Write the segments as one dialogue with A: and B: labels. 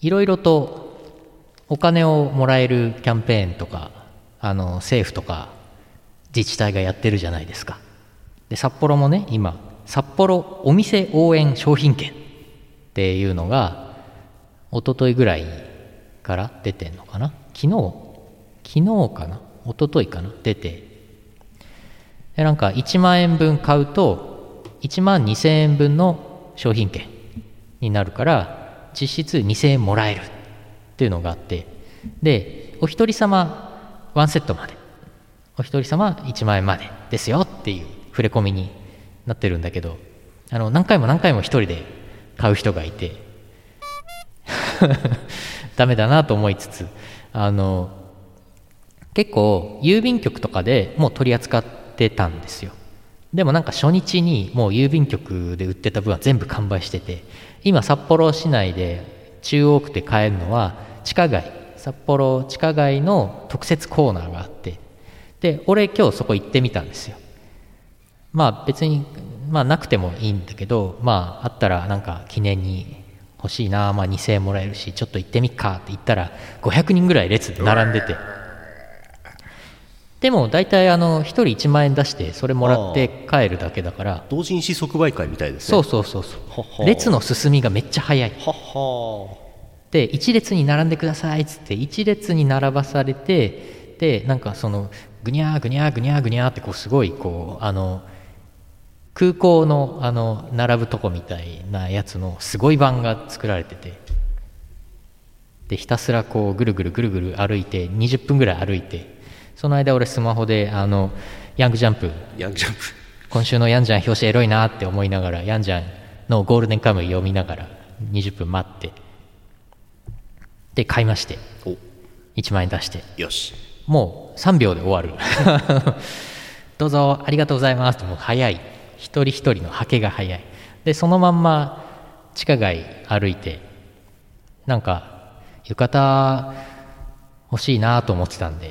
A: いろいろとお金をもらえるキャンペーンとかあの政府とか自治体がやってるじゃないですかで札幌もね今札幌お店応援商品券っていうのが一昨日ぐらいから出てんのかな昨日昨日かな一昨日かな出てでなんか1万円分買うと1万2000円分の商品券になるから実質2000円もらえるっていうのがあってでお一人様ワンセットまでお一人様1万円までですよっていう触れ込みになってるんだけどあの何回も何回も一人で買う人がいて ダメだなと思いつつあの結構郵便局とかでもう取り扱ってたんですよでもなんか初日にもう郵便局で売ってた分は全部完売してて今札幌市内で中央区で買えるのは地下街札幌地下街の特設コーナーがあってで俺今日そこ行ってみたんですよまあ別に、まあ、なくてもいいんだけど、まあ、あったらなんか記念に欲しいな、まあ、2000円もらえるしちょっと行ってみっかって言ったら500人ぐらい列で並んでてでも大体あの1人1万円出してそれもらって帰るだけだから
B: 同人誌即売会みたいです
A: そ
B: ね
A: うそうそうそ
B: はは
A: う列の進みがめっちゃ早い
B: はは
A: で一列に並んでくださいっつって一列に並ばされてでなんかそのぐにゃーぐにゃーぐにゃーぐにゃーってこうすごいこうあの空港のあの並ぶとこみたいなやつのすごい版が作られててでひたすらこうぐるぐるぐるぐる歩いて20分ぐらい歩いてその間俺スマホであのヤングジャンプ
B: ヤングジャンプ
A: 今週のヤンジャン表紙エロいなって思いながらヤンジャンのゴールデンカムイ読みながら20分待ってで買いまして1万円出して
B: およし
A: もう3秒で終わる どうぞありがとうございますってもう早い一人一人のハケが早いでそのまんま地下街歩いてなんか浴衣欲しいなと思ってたんで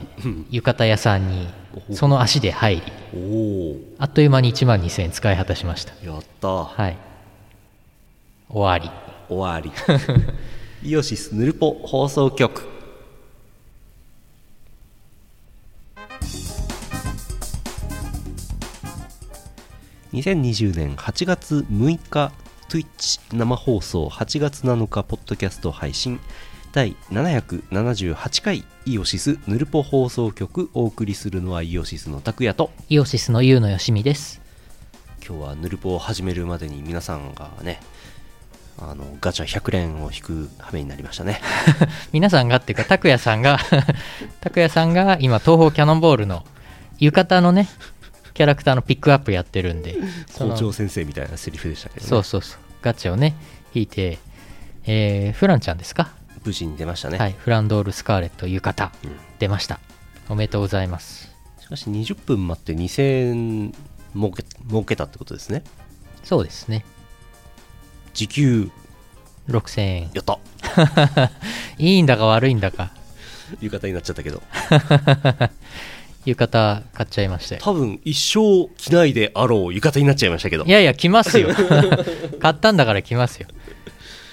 A: 浴衣屋さんにその足で入り
B: おお
A: あっという間に1万2000円使い果たしました
B: やった
A: はい終わり
B: 終わりイオシスヌルポ放送局2020年8月6日 Twitch 生放送8月7日ポッドキャスト配信第778回イオシスヌルポ放送局お送りするのはイオシスの拓也と
A: イオシスの優のよしみです
B: 今日はヌルポを始めるまでに皆さんがねあのガチャ100連を引く羽目になりましたね
A: 皆さんがっていうか拓也さんが 拓也さんが今東方キャノンボールの浴衣のねキャラクターのピックアップやってるんで そ
B: 校
A: の
B: 長先生みたいなセリフでしたけど、ね、
A: そうそうそうガチャをね引いて、えーフランちゃんですか、
B: 無事に出ましたね、
A: はいフランドールスカーレット浴衣、
B: うん
A: 出ましたおめでとうございます
B: しかし20分待って2000円儲け儲けたってことですね
A: そうですね
B: 時給
A: 6000円
B: やった
A: いいんだか悪いんだか
B: 浴衣になっちゃったけど
A: 浴衣買っちゃいましたよ
B: 多分一生着ないであろう浴衣になっちゃいましたけど
A: いやいや、来ますよ。買ったんだから来ますよ。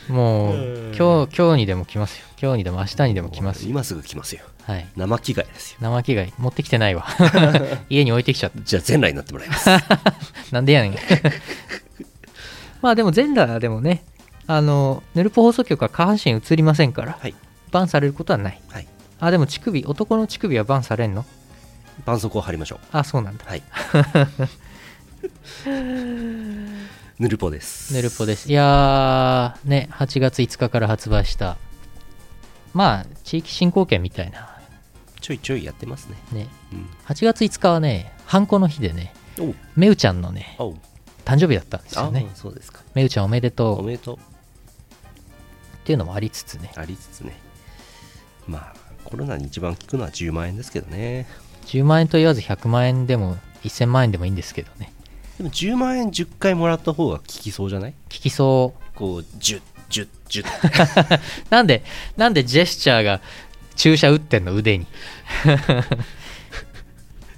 A: もう、今日、今日にでも来ますよ。今日にでも明日にでも来ますよ。
B: 今すぐ着ますよ
A: はい。
B: 生着替えですよ
A: 生着替え、持ってきてないわ。家に置いてきちゃっ
B: じゃあ全裸になってもらいま す
A: た。なんでやねん。まあでも、全裸でもね、あの、ヌルポ放送局は下半身映りませんから、
B: はい
A: バンされることはない。
B: はい
A: あ、でも乳首、男の乳首はバンされんの
B: 絆創膏を貼りましょう
A: あ、そうなんだ。
B: はいヌルポです
A: ヌルポです。いやー、ね、8月5日から発売した、まあ、地域振興券みたいな、
B: ちょいちょいやってますね。
A: ね、
B: うん。
A: 8月5日はね、ハンコの日でね、
B: おう
A: めうちゃんのね、
B: あおう。
A: 誕生日だったんです
B: あ
A: よね。
B: そうですか。
A: めうちゃんおめで
B: お
A: とうっ
B: めでとう。
A: ていうのもありつつね、
B: ありつつね。まあ、コロナに一番効くのは10万円ですけどね。
A: 10万円と言わず100万円でも1000万円でもいいんですけどね、
B: でも10万円10回もらった方が効きそうじゃない
A: 聞きそう。
B: こう、10、10、10。
A: なんで、なんでジェスチャーが注射打ってんの腕に。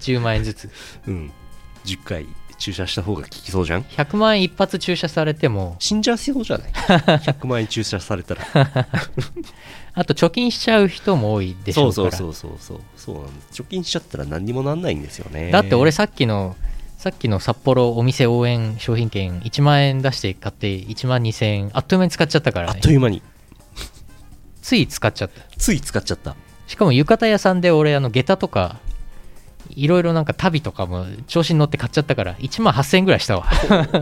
A: 10万円ずつ。
B: うん。10回、注射した方が効きそうじゃん
A: 100万円一発注射されても
B: 死んじゃいそうじゃない 100万円注射されたら
A: あと貯金しちゃう人も多いでしょ
B: そう
A: うか
B: そ
A: ら
B: うそうそうそうそうなんです貯金しちゃったら何にもなんないんですよね
A: だって俺さっきのさっきの札幌お店応援商品券1万円出して買って1万2000円あっという間に使っちゃったから
B: あっ
A: ね
B: という間に
A: つい使っちゃった
B: つい使っちゃった
A: しかも浴衣屋さんで俺あの下駄とかいろいろなんか足袋とかも調子に乗って買っちゃったから1万8000円ぐらいしたわ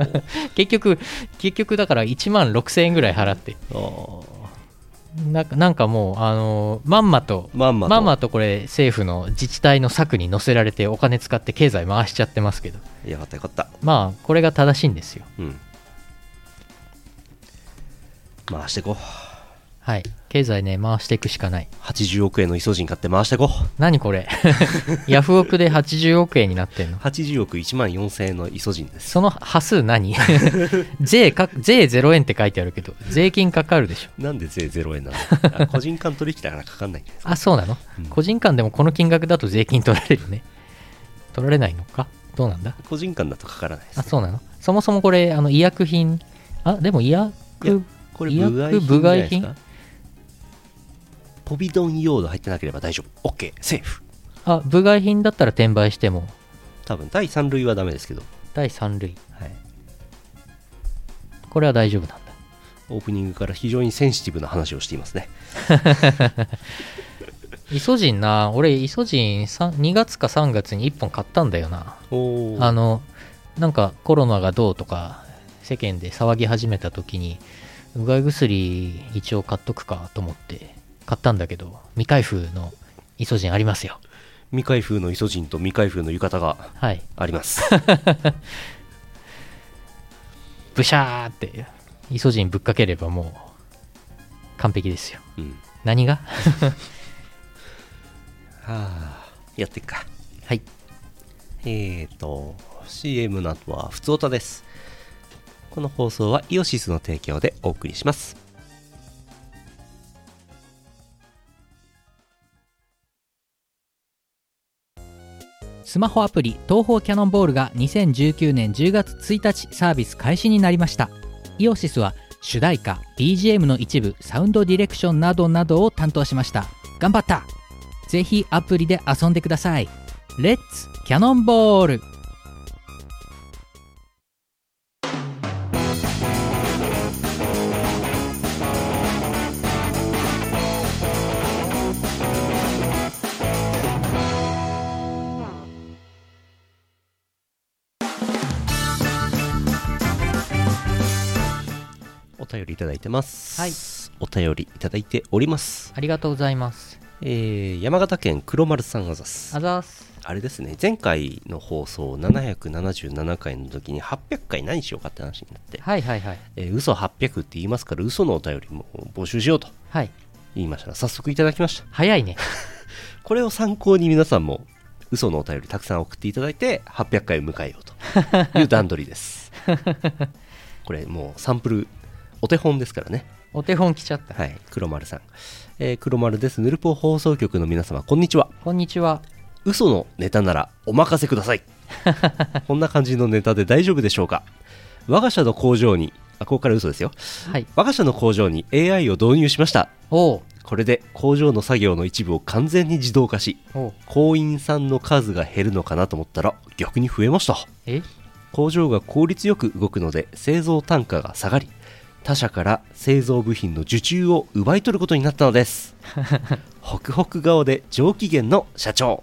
A: 結局結局だから1万6000円ぐらい払って
B: あー
A: なんかなんかもうあのーまんまと
B: まんまと
A: まんまとこれ政府の自治体の策に乗せられてお金使って経済回しちゃってますけど
B: よかったよかった
A: まあこれが正しいんですよ
B: うん回してこ
A: はい経済ね回していくしかないう
B: 80億円のイソジン買って回してこう
A: 何これ ヤフオクで80億円になってんの
B: 80億1万4000円のイソジンです
A: その端数何 税か税0円って書いてあるけど税金かかるでしょ
B: なんで税0円なのあ個人間取引だからかかんないんじゃないですか
A: あそうなの、
B: うん
A: 個人間でもこの金額だと税金取られるね取られないのかどうなんだ
B: 個人間だとかからないです
A: あそうなのそもそもこれあの医薬品あでも医
B: いや
A: 薬
B: これ
A: 医薬
B: 部外品じゃないですかポビドン用ード入ってなければ大丈夫 OK セーフ
A: あ部外品だったら転売しても
B: 多分第3類はダメですけど、
A: 第3類
B: はい、
A: これは大丈夫なんだ
B: オープニングから非常にセンシティブな話をしていますね
A: イソジンな俺イソジンさん2月か3月に1本買ったんだよな
B: お
A: あのなんかコロナがどうとか世間で騒ぎ始めた時にうがい薬一応買っとくかと思って買ったんだけど未開封のイソジンありますよ
B: 未開封のイソジンと未開封の浴衣が
A: はい
B: あります
A: ブシャーってイソジンぶっかければもう完璧ですよ
B: うん
A: 何が
B: はあやっていくか
A: はい
B: えーと CM の後は「ふつおた」ですこの放送はイオシスの提供でお送りします
C: スマホアプリ東方キャノンボールが2019年10月1日サービス開始になりましたイオシスは主題歌 BGM の一部サウンドディレクションなどなどを担当しました頑張ったぜひアプリで遊んでくださいレッツキャノンボール
B: お便りいただいてます
A: はい
B: お便りいただいております
A: ありがとうございます
B: えー山形県黒丸さんあざす
A: あざーす
B: あれですね前回の放送777回の時に800回何しようかって話になって、
A: はいはいはい
B: えー嘘800って言いますから嘘のお便りも募集しようと
A: はい
B: 言いましたら早速いただきました
A: 早 いね
B: これを参考に皆さんも嘘のお便りたくさん送っていただいて800回を迎えようという段取りですこれもうサンプルお手本ですからね
A: お手本来ちゃった
B: はい黒丸さん、えー黒丸ですヌルポ放送局の皆様こんにちは
A: こんにちは
B: 嘘のネタならお任せくださいこんな感じのネタで大丈夫でしょうか我が社の工場にあここから嘘ですよ
A: はい
B: 我が社の工場に AI を導入しました
A: おう
B: これで工場の作業の一部を完全に自動化し
A: おう
B: 工員さんの数が減るのかなと思ったら逆に増えました
A: え
B: 工場が効率よく動くので製造単価が下がり他社から製造部品の受注を奪い取ることになったのですホクホク顔で上機嫌の社長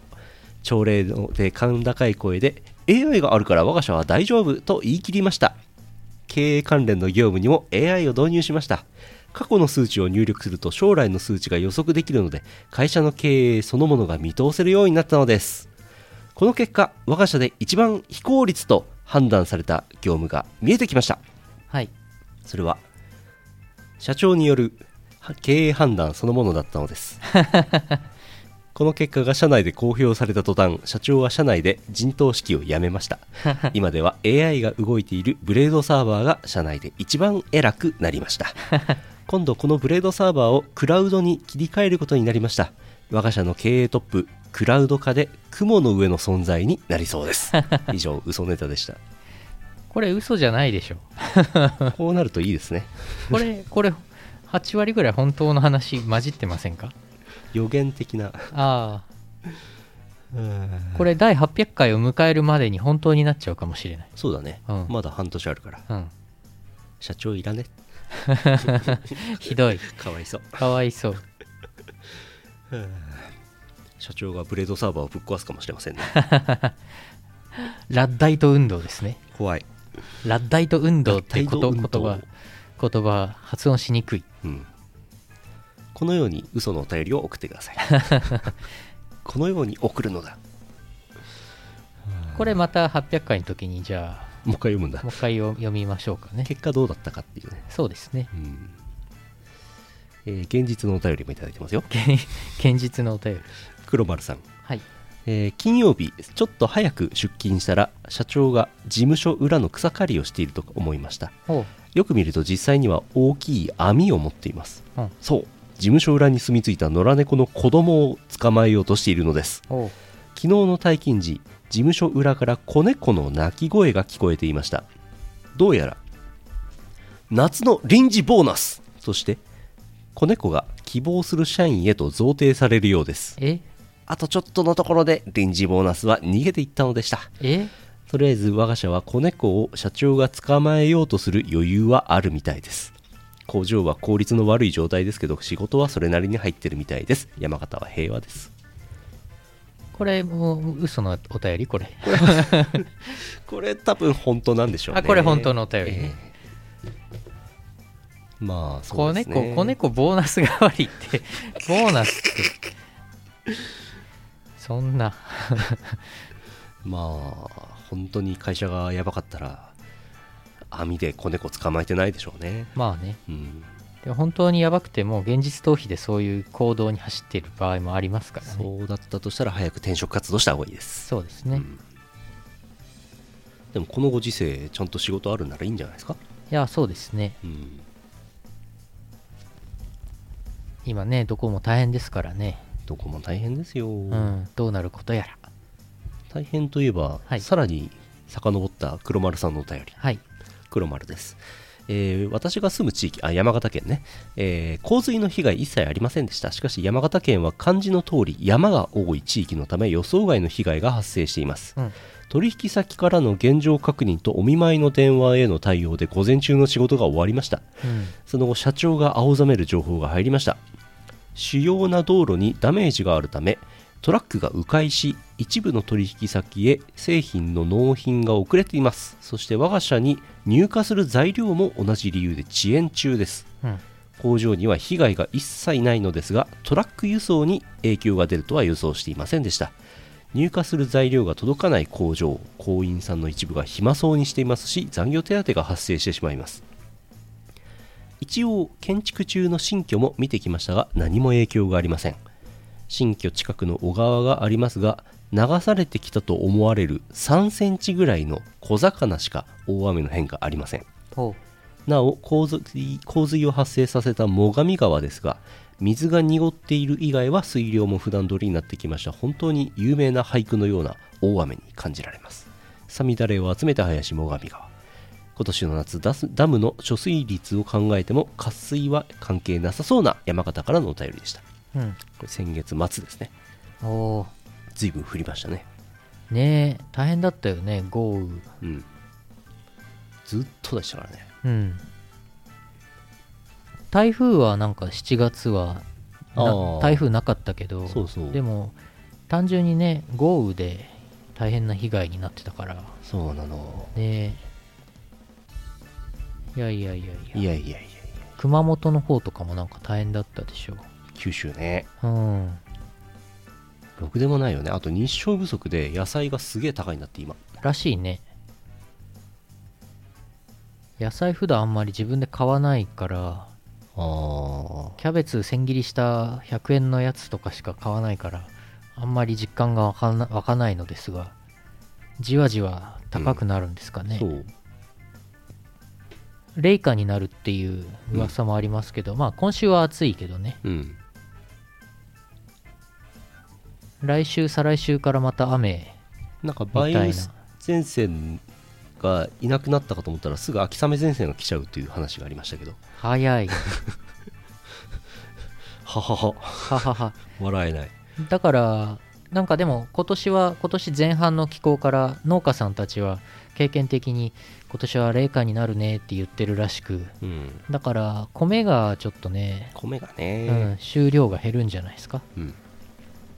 B: 朝礼で甲高い声で AI があるから我が社は大丈夫と言い切りました経営関連の業務にも AI を導入しました過去の数値を入力すると将来の数値が予測できるので会社の経営そのものが見通せるようになったのですこの結果我が社で一番非効率と判断された業務が見えてきました
A: はい
B: それは社長によるは経営判断そのものだったのですこの結果が社内で公表された途端社長は社内で陣頭指揮をやめました今では AI が動いているブレードサーバーが社内で一番偉くなりました今度このブレードサーバーをクラウドに切り替えることになりました我が社の経営トップクラウド化で雲の上の存在になりそうです以上嘘ネタでした
A: これ嘘じゃないでしょ
B: こうなるといいですね
A: これこれ8割ぐらい本当の話混じってませんか
B: 予言的な
A: ああこれ第800回を迎えるまでに本当になっちゃうかもしれない
B: そうだね、
A: うん
B: まだ半年あるから
A: うん
B: 社長いらね
A: ひどい
B: かわいそう
A: かわいそう
B: 社長がブレードサーバーをぶっ壊すかもしれま せんね
A: ラッダイト運動ですね
B: 怖い、
A: ラッダイト運動ってこと
B: ラッダ
A: 言
B: イト運動
A: 葉言葉発音しにくい
B: うん、このように嘘のお便りを送ってくだ さいこのように送るのだ
A: これまた800回の時にじゃあ
B: もう一回読むんだ
A: もう一回読読みましょうかね
B: 結果どうだったかっていうね、
A: そうですね
B: うんえー現実のお便りもいただいてますよ
A: 現現実のお便り
B: 黒丸さん
A: はい
B: えー金曜日ちょっと早く出勤したら社長が事務所裏の草刈りをしていると思いました
A: おう、
B: よく見ると実際には大きい網を持っています
A: うん、
B: そう事務所裏に住み着いた野良猫の子供を捕まえようとしているのです
A: おう
B: 昨日の退勤時事務所裏から子猫の鳴き声が聞こえていましたどうやら夏の臨時ボーナスとして子猫が希望する社員へと贈呈されるようです
A: え
B: あとちょっとのところで臨時ボーナスは逃げていったのでした
A: え
B: とりあえず我が社は子猫を社長が捕まえようとする余裕はあるみたいです工場は効率の悪い状態ですけど仕事はそれなりに入ってるみたいです山形は平和です
A: これもう嘘のお便りこれ
B: これ多分本当なんでしょうね
A: あこれ本当のお便りね
B: えまあそ
A: 子
B: うですね
A: 猫子猫ボーナス代わりって ボーナスってそんな
B: まあ本当に会社がやばかったら網で子猫捕まえてないでしょうね
A: まあね
B: うん
A: でも本当にやばくても現実逃避でそういう行動に走っている場合もありますからねそう
B: そうだったとしたら早く転職活動した方がいいです
A: ですね、
B: う
A: い
B: んでもこのご時世ちゃんと仕事あるならいいんじゃないですか、
A: やそうですね
B: うん、
A: 今ねどこも大変ですからね
B: どこも大変ですよ、
A: うんどうなることやら
B: 大変といえば、
A: はい
B: さらに遡った黒丸さんのお便り
A: はい
B: 黒丸です、えー私が住む地域あ山形県ね、えー洪水の被害一切ありませんでしたしかし山形県は漢字の通り山が多い地域のため予想外の被害が発生しています、
A: うん
B: 取引先からの現状確認とお見舞いの電話への対応で午前中の仕事が終わりました
A: うん
B: その後社長が青ざめる情報が入りました主要な道路にダメージがあるためトラックが迂回し一部の取引先へ製品の納品が遅れていますそして我が社に入荷する材料も同じ理由で遅延中です
A: うん
B: 工場には被害が一切ないのですがトラック輸送に影響が出るとは予想していませんでした入荷する材料が届かない工場工員さんの一部が暇そうにしていますし残業手当が発生してしまいます一応建築中の新居も見てきましたが何も影響がありません新居近くの小川がありますが流されてきたと思われる3センチぐらいの小魚しか大雨の変化ありません
A: ほ
B: なお洪水洪水を発生させた最上川ですが水が濁っている以外は水量も普段通りになってきました本当に有名な俳句のような大雨に感じられますさみだれを集めた林最上川今年の夏ダスダムの貯水率を考えても渇水は関係なさそうな山形からのお便りでしたこ
A: ううん
B: れ先月末ですね
A: おお
B: 随分降りましたね
A: ーねえ大変だったよね豪雨
B: うんずっとでしたからね
A: うん台風はなんか7月はな
B: あー
A: 台風なかったけど
B: そうそう
A: でも単純にね豪雨で大変な被害になってたから
B: そうなの
A: ねいやいやいやいや
B: いやいやいやいや
A: 熊本の方とかもなんか大変だったでしょ
B: 九州ね
A: ううん
B: ろくでもないよねあと日照不足で野菜がすげえ高いんだって今
A: らしいね野菜普段あんまり自分で買わないから
B: あ
A: キャベツ千切りした100円のやつとかしか買わないからあんまり実感が湧かな湧かないのですがじわじわ高くなるんですかね、
B: そう
A: 冷夏になるっていう噂もありますけど、まあ今週は暑いけどね
B: うん
A: 来週再来週からまた雨
B: なんか梅
A: みたい
B: 雨
A: な
B: 前線がいなくなったかと思ったらすぐ秋雨前線が来ちゃうという話がありましたけど
A: 早 い
B: ははは
A: ははは
B: 笑えない
A: だからなんかでも今年は今年前半の気候から農家さんたちは経験的に今年は冷夏になるねって言ってるらしく
B: うん
A: だから米がちょっとね、
B: 米が
A: うん
B: ね、
A: 収量が減るんじゃないですか
B: うん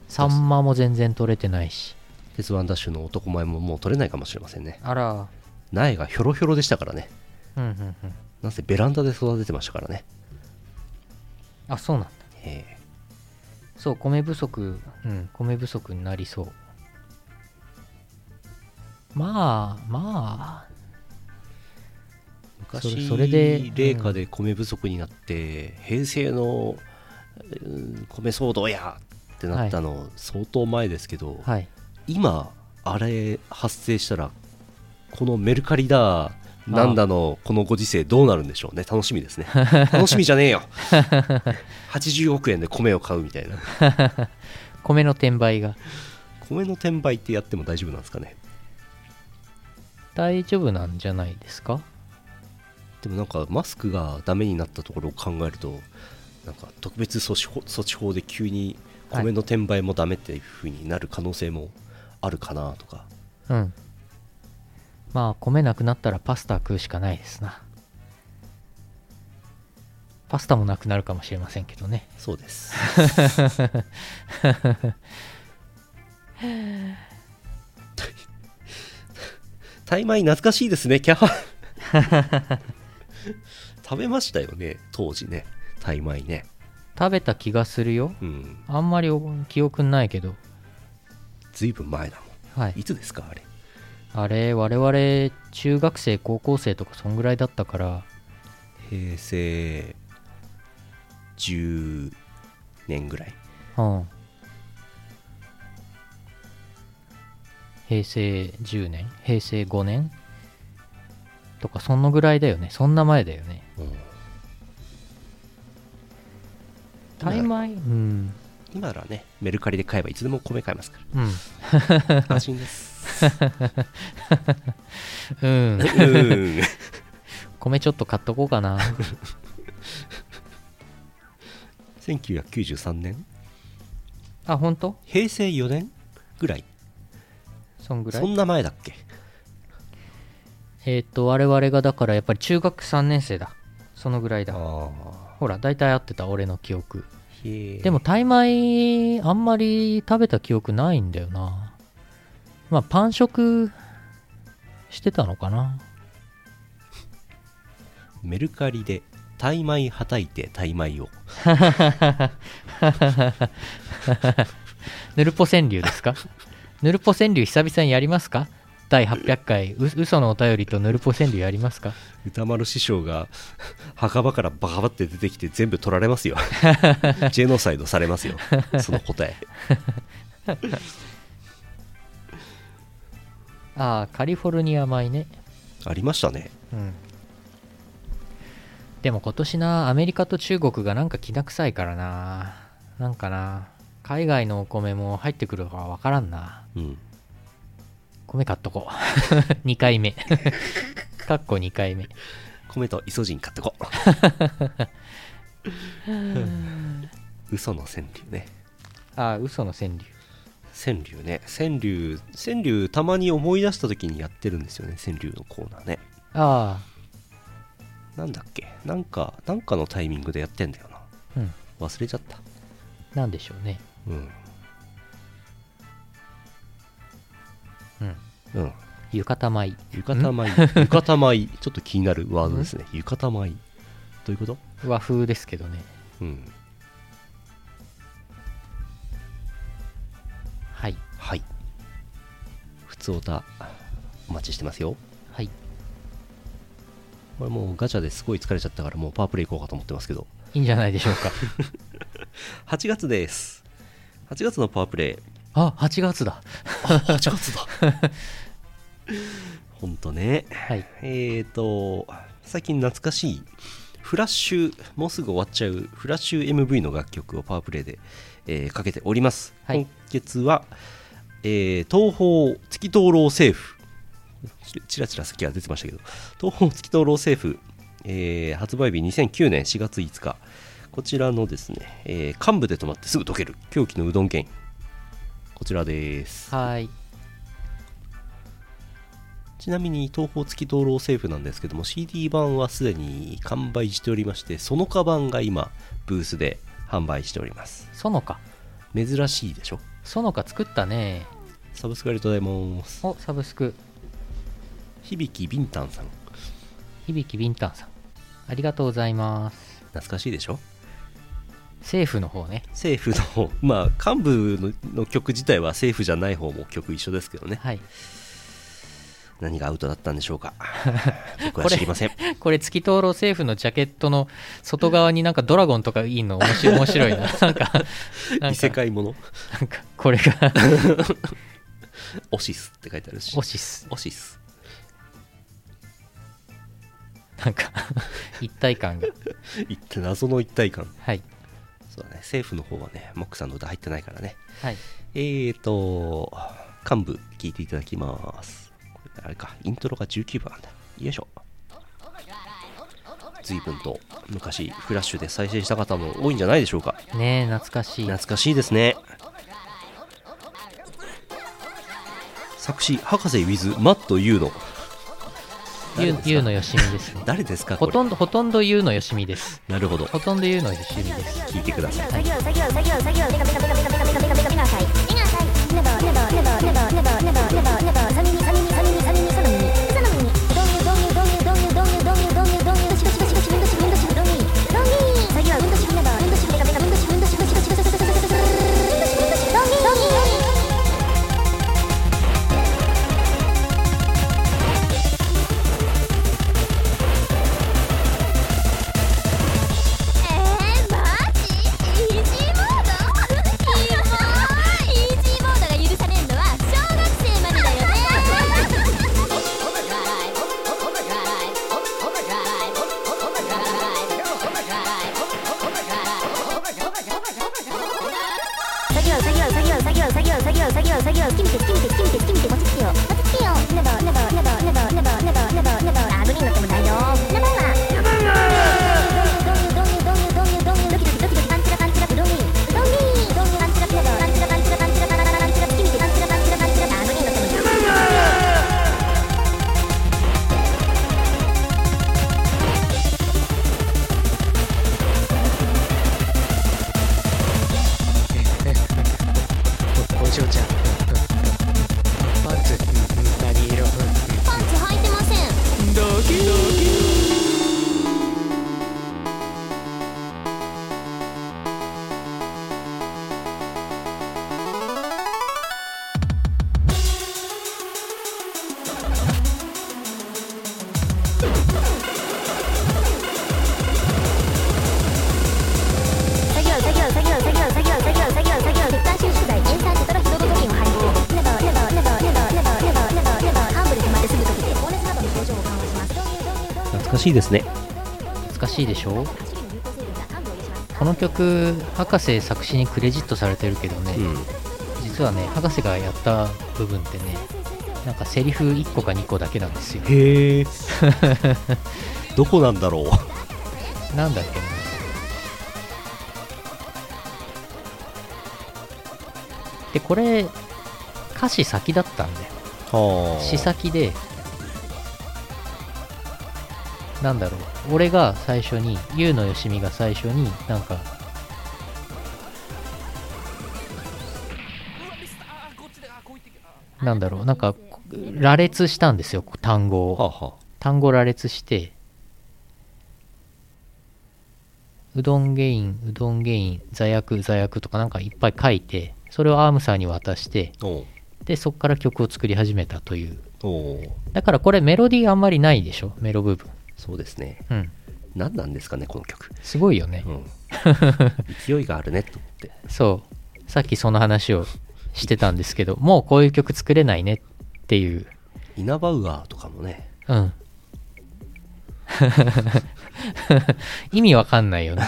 A: サンマも全然取れてないし
B: 鉄腕ダッシュの男前ももう取れないかもしれませんね
A: あら
B: 苗がひょろひょろでしたからね
A: うんうんうん
B: なんせベランダで育ててましたからね
A: あそうなんだ
B: ええ
A: そう米不足うん米不足になりそうまあま
B: 昔
A: それ
B: そ
A: そ
B: れ
A: れ
B: で
A: で
B: 冷夏で米不足になって、平成の、うん米騒動やってなったの、相当前ですけど、
A: あはい
B: 今あれ発生したらこのメルカリだなんだのこのご時世どうなるんでしょうね楽しみで すね楽しみじゃねえよ 80億円で米を買うみたいな
A: 米の転売が
B: 米の転売ってやっても大丈夫なんですかね
A: 大丈夫なんじゃないですか
B: でもなんかマスクがダメになったところを考えるとなんか特別措置法措置法で急に米の転売もダメっていう風になる可能性もあるかなとか、
A: うんまあ米なくなったらパスタ食うしかないですなパスタもなくなるかもしれませんけどね
B: そうですタイ米懐かしいですねキャハ食べましたよね当時ねタイ米ね
A: 食べた気がするよ
B: うん
A: あんまり記憶ないけど
B: ずいぶん前だも
A: はい
B: んいつですかあれ
A: あれ我々中学生高校生とかそんぐらいだったから
B: 平成10年ぐらい
A: うん平成10年平成5年とかそのぐらいだよねそんな前だよねタイ米うん
B: 今ならねメルカリで買えばいつでも米買えますか
A: うん
B: ら 安心です
A: うん
B: うん
A: 米ちょっと買っとこうか な
B: 1993年
A: あ本当
B: 平成4年ぐらい
A: そんぐら
B: そん
A: い
B: な前だっけ
A: えっ、と我々がだからやっぱり中学3年生だそのぐらいだ
B: あ
A: ほら大体合ってた俺の記憶
B: へえ
A: でもタイ米あんまり食べた記憶ないんだよなまあパン食してたのかな
B: メルカリでタイ米はたいてタイ米を
A: ヌルポ川柳ですかヌルポ川柳久々にやりますか第800回う嘘のお便りとヌルポ川柳やりますか
B: 歌丸師匠が 墓場からバカバって出てきて全部取ら れますよジェノサイドされますよその答え
A: ああカリフォルニア米ね
B: ありましたね
A: うんでも今年なアメリカと中国がなんかきな臭いからななんかな海外のお米も入ってくるかわからんな
B: うん
A: 米買っとこう2 回目かっこ2回目
B: 米とイソジン買ってこ嘘の川柳ね
A: ああ嘘の川柳
B: 川柳ね川柳川柳たまに思い出した時にやってるんですよね川柳のコーナーね
A: あ
B: なんだっけなんかなんかのタイミングでやってんだよな
A: あうん
B: 忘れちゃった
A: なんでしょうね
B: うん
A: うん
B: うん
A: 浴衣米
B: 浴衣米浴衣米ちょっと気になるワードですね浴衣米どういうこと
A: 和風ですけどね
B: うん
A: はい
B: はい普通おたお待ちしてますよ
A: はい
B: これもうガチャですごい疲れちゃったからもうパワープレイ行こうかと思ってますけど
A: いいんじゃないでしょうか
B: 8月です8月のパワープレイ
A: あ8月 だ
B: 8月だ ほんとね
A: はい
B: えーと最近懐かしいフラッシュもうすぐ終わっちゃうフラッシュ MV の楽曲をパワープレイで、えーかけております、
A: はい
B: 今月は、えー東方月灯籠政府ちちらちらさっきは出てましたけど、東方月灯籠政府、えー発売日2009年4月5日、こちらのですね、えー幹部で止まってすぐ溶ける狂気のうどん券、こちらです。
A: はい
B: ちなみに東方月灯籠政府なんですけども CD 版はすでに完売しておりましてその他版が今ブースで販売しております
A: そのか
B: 珍しいでしょ
A: そのか作ったね
B: サブスクありがとうございます
A: おサブスク
B: 響きビンタンさん
A: 響きビンタンさんありがとうございます
B: 懐かしいでしょ
A: 政府の方ね
B: 政府の まあ幹部のの曲自体は政府じゃない方も曲一緒ですけどね
A: はい
B: 何がアウトだったんでしょ うか僕は知りません
A: これ月灯籠政府のジャケットの外側になんかドラゴンとかいいの面白い面白いな なんかなん
B: 異世
A: か
B: 界もの
A: なんかこれが
B: オシスって書いてあるし
A: オシス
B: オシス
A: なんか一体感が
B: 一体謎の一体感
A: はい
B: そうだね政府の方はねモックさんの歌入ってないからね
A: はい
B: えーと、幹部聞いていただきます。これあれか、イントロが19番なんだ。よいしょ。随分と昔フラッシュで再生した方も多いんじゃないでしょうか。
A: ねえ懐かしい
B: 懐かしいですね。作詞、博士 with マット・ユーノ。
A: ゆうゆうの
B: よ。
A: よしみですね
B: 誰ですか
A: ほ
B: これ
A: とんどほとんどゆうのよしみです
B: なるほど。
A: ほとんどゆうのよしみです
B: 聞いてください。
D: えー、マジイージーモードキモいイージーモードが許されるのは小学生までだよね
E: お嬢ちゃんパンツうん何色
D: パンツ履いてません
E: ドキドキ
D: 作業作業作業作業作業作業作業作業血管収縮剤エンサーテトラヒドドドリンを配布ネバーネバーネバーネバーネバーネバーネバーネバーハンブルでまですぐ溶けて高熱などの症状を緩和します
B: 懐かしいですね。
A: 懐かしいでしょこ
D: この
A: の曲博士作詞にクレジットされてるけどね、
B: うん。
A: 実はね博士がやった部分ってねなんかセリフ1個か2個だけなんですよ
B: へえ。 どこなんだろう。
A: なんだっけなでこれ歌詞先だったんだよ
B: はあ。
A: 詞先でなんだろう俺が最初に優のよしみが最初になんかなんだろうなんかこ羅列したんですよ単語を
B: はあはあ。
A: 単語羅列してうどんゲインうどんゲイン座薬座薬とかなんかいっぱい書いてそれをアームさんに渡して
B: おう
A: でそこから曲を作り始めたという
B: おう
A: だからこれメロディーあんまりないでしょメロ部分
B: そうですね
A: うん
B: 何なんですかねこの曲、
A: すごいよね、
B: うん、勢いがあるねと思って
A: そうさっきその話をしてたんですけどもうこういう曲作れないねっていう
B: イナバウアーとかもね
A: うん 意味わかんないよね